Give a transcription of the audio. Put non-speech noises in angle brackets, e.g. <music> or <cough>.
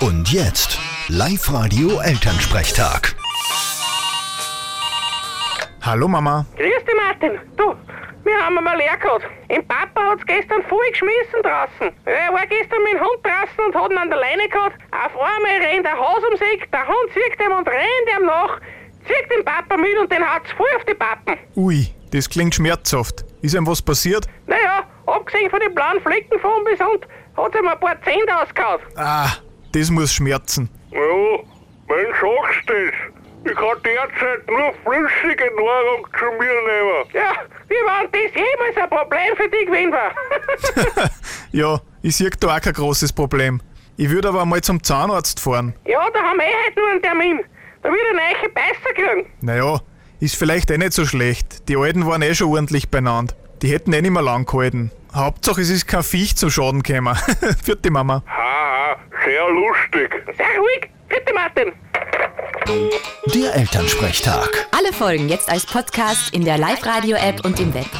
Und jetzt, Live-Radio Elternsprechtag. Hallo Mama. Grüß dich, Martin. Du, wir haben einmal leer gehabt. Im Papa hat's gestern voll geschmissen draußen. Er war gestern mit dem Hund draußen und hat ihn an der Leine gehabt. Auf einmal rennt ein Haus um sich, der Hund zieht ihm und rennt ihm nach, zieht den Papa mit und den haut's voll auf die Pappen. Ui, das klingt schmerzhaft. Ist ihm was passiert? Naja, abgesehen von den blauen Flecken von bis und hat's ihm ein paar Zähne ausgehauen. Ah, das muss schmerzen. Ja, mein sagst das. Ich kann derzeit nur flüssige Nahrung zu mir nehmen. Ja, wie wenn das jemals ein Problem für dich gewesen war. <laughs> Ja, ich sehe da auch kein großes Problem. Ich würde aber mal zum Zahnarzt fahren. ja, da haben wir eh heute nur einen Termin. Da wird ein eiche Beißer kriegen. Naja, ist vielleicht eh nicht so schlecht. Die Alten waren eh schon ordentlich beieinander. Die hätten eh nicht mehr lang gehalten. Hauptsache es ist kein Viech zum Schaden gekommen. <laughs> Für die Mama. Haha, sehr lustig. Sehr ruhig. Bitte, Martin. Der Elternsprechtag. Alle Folgen jetzt als Podcast in der Live-Radio-App und im Web.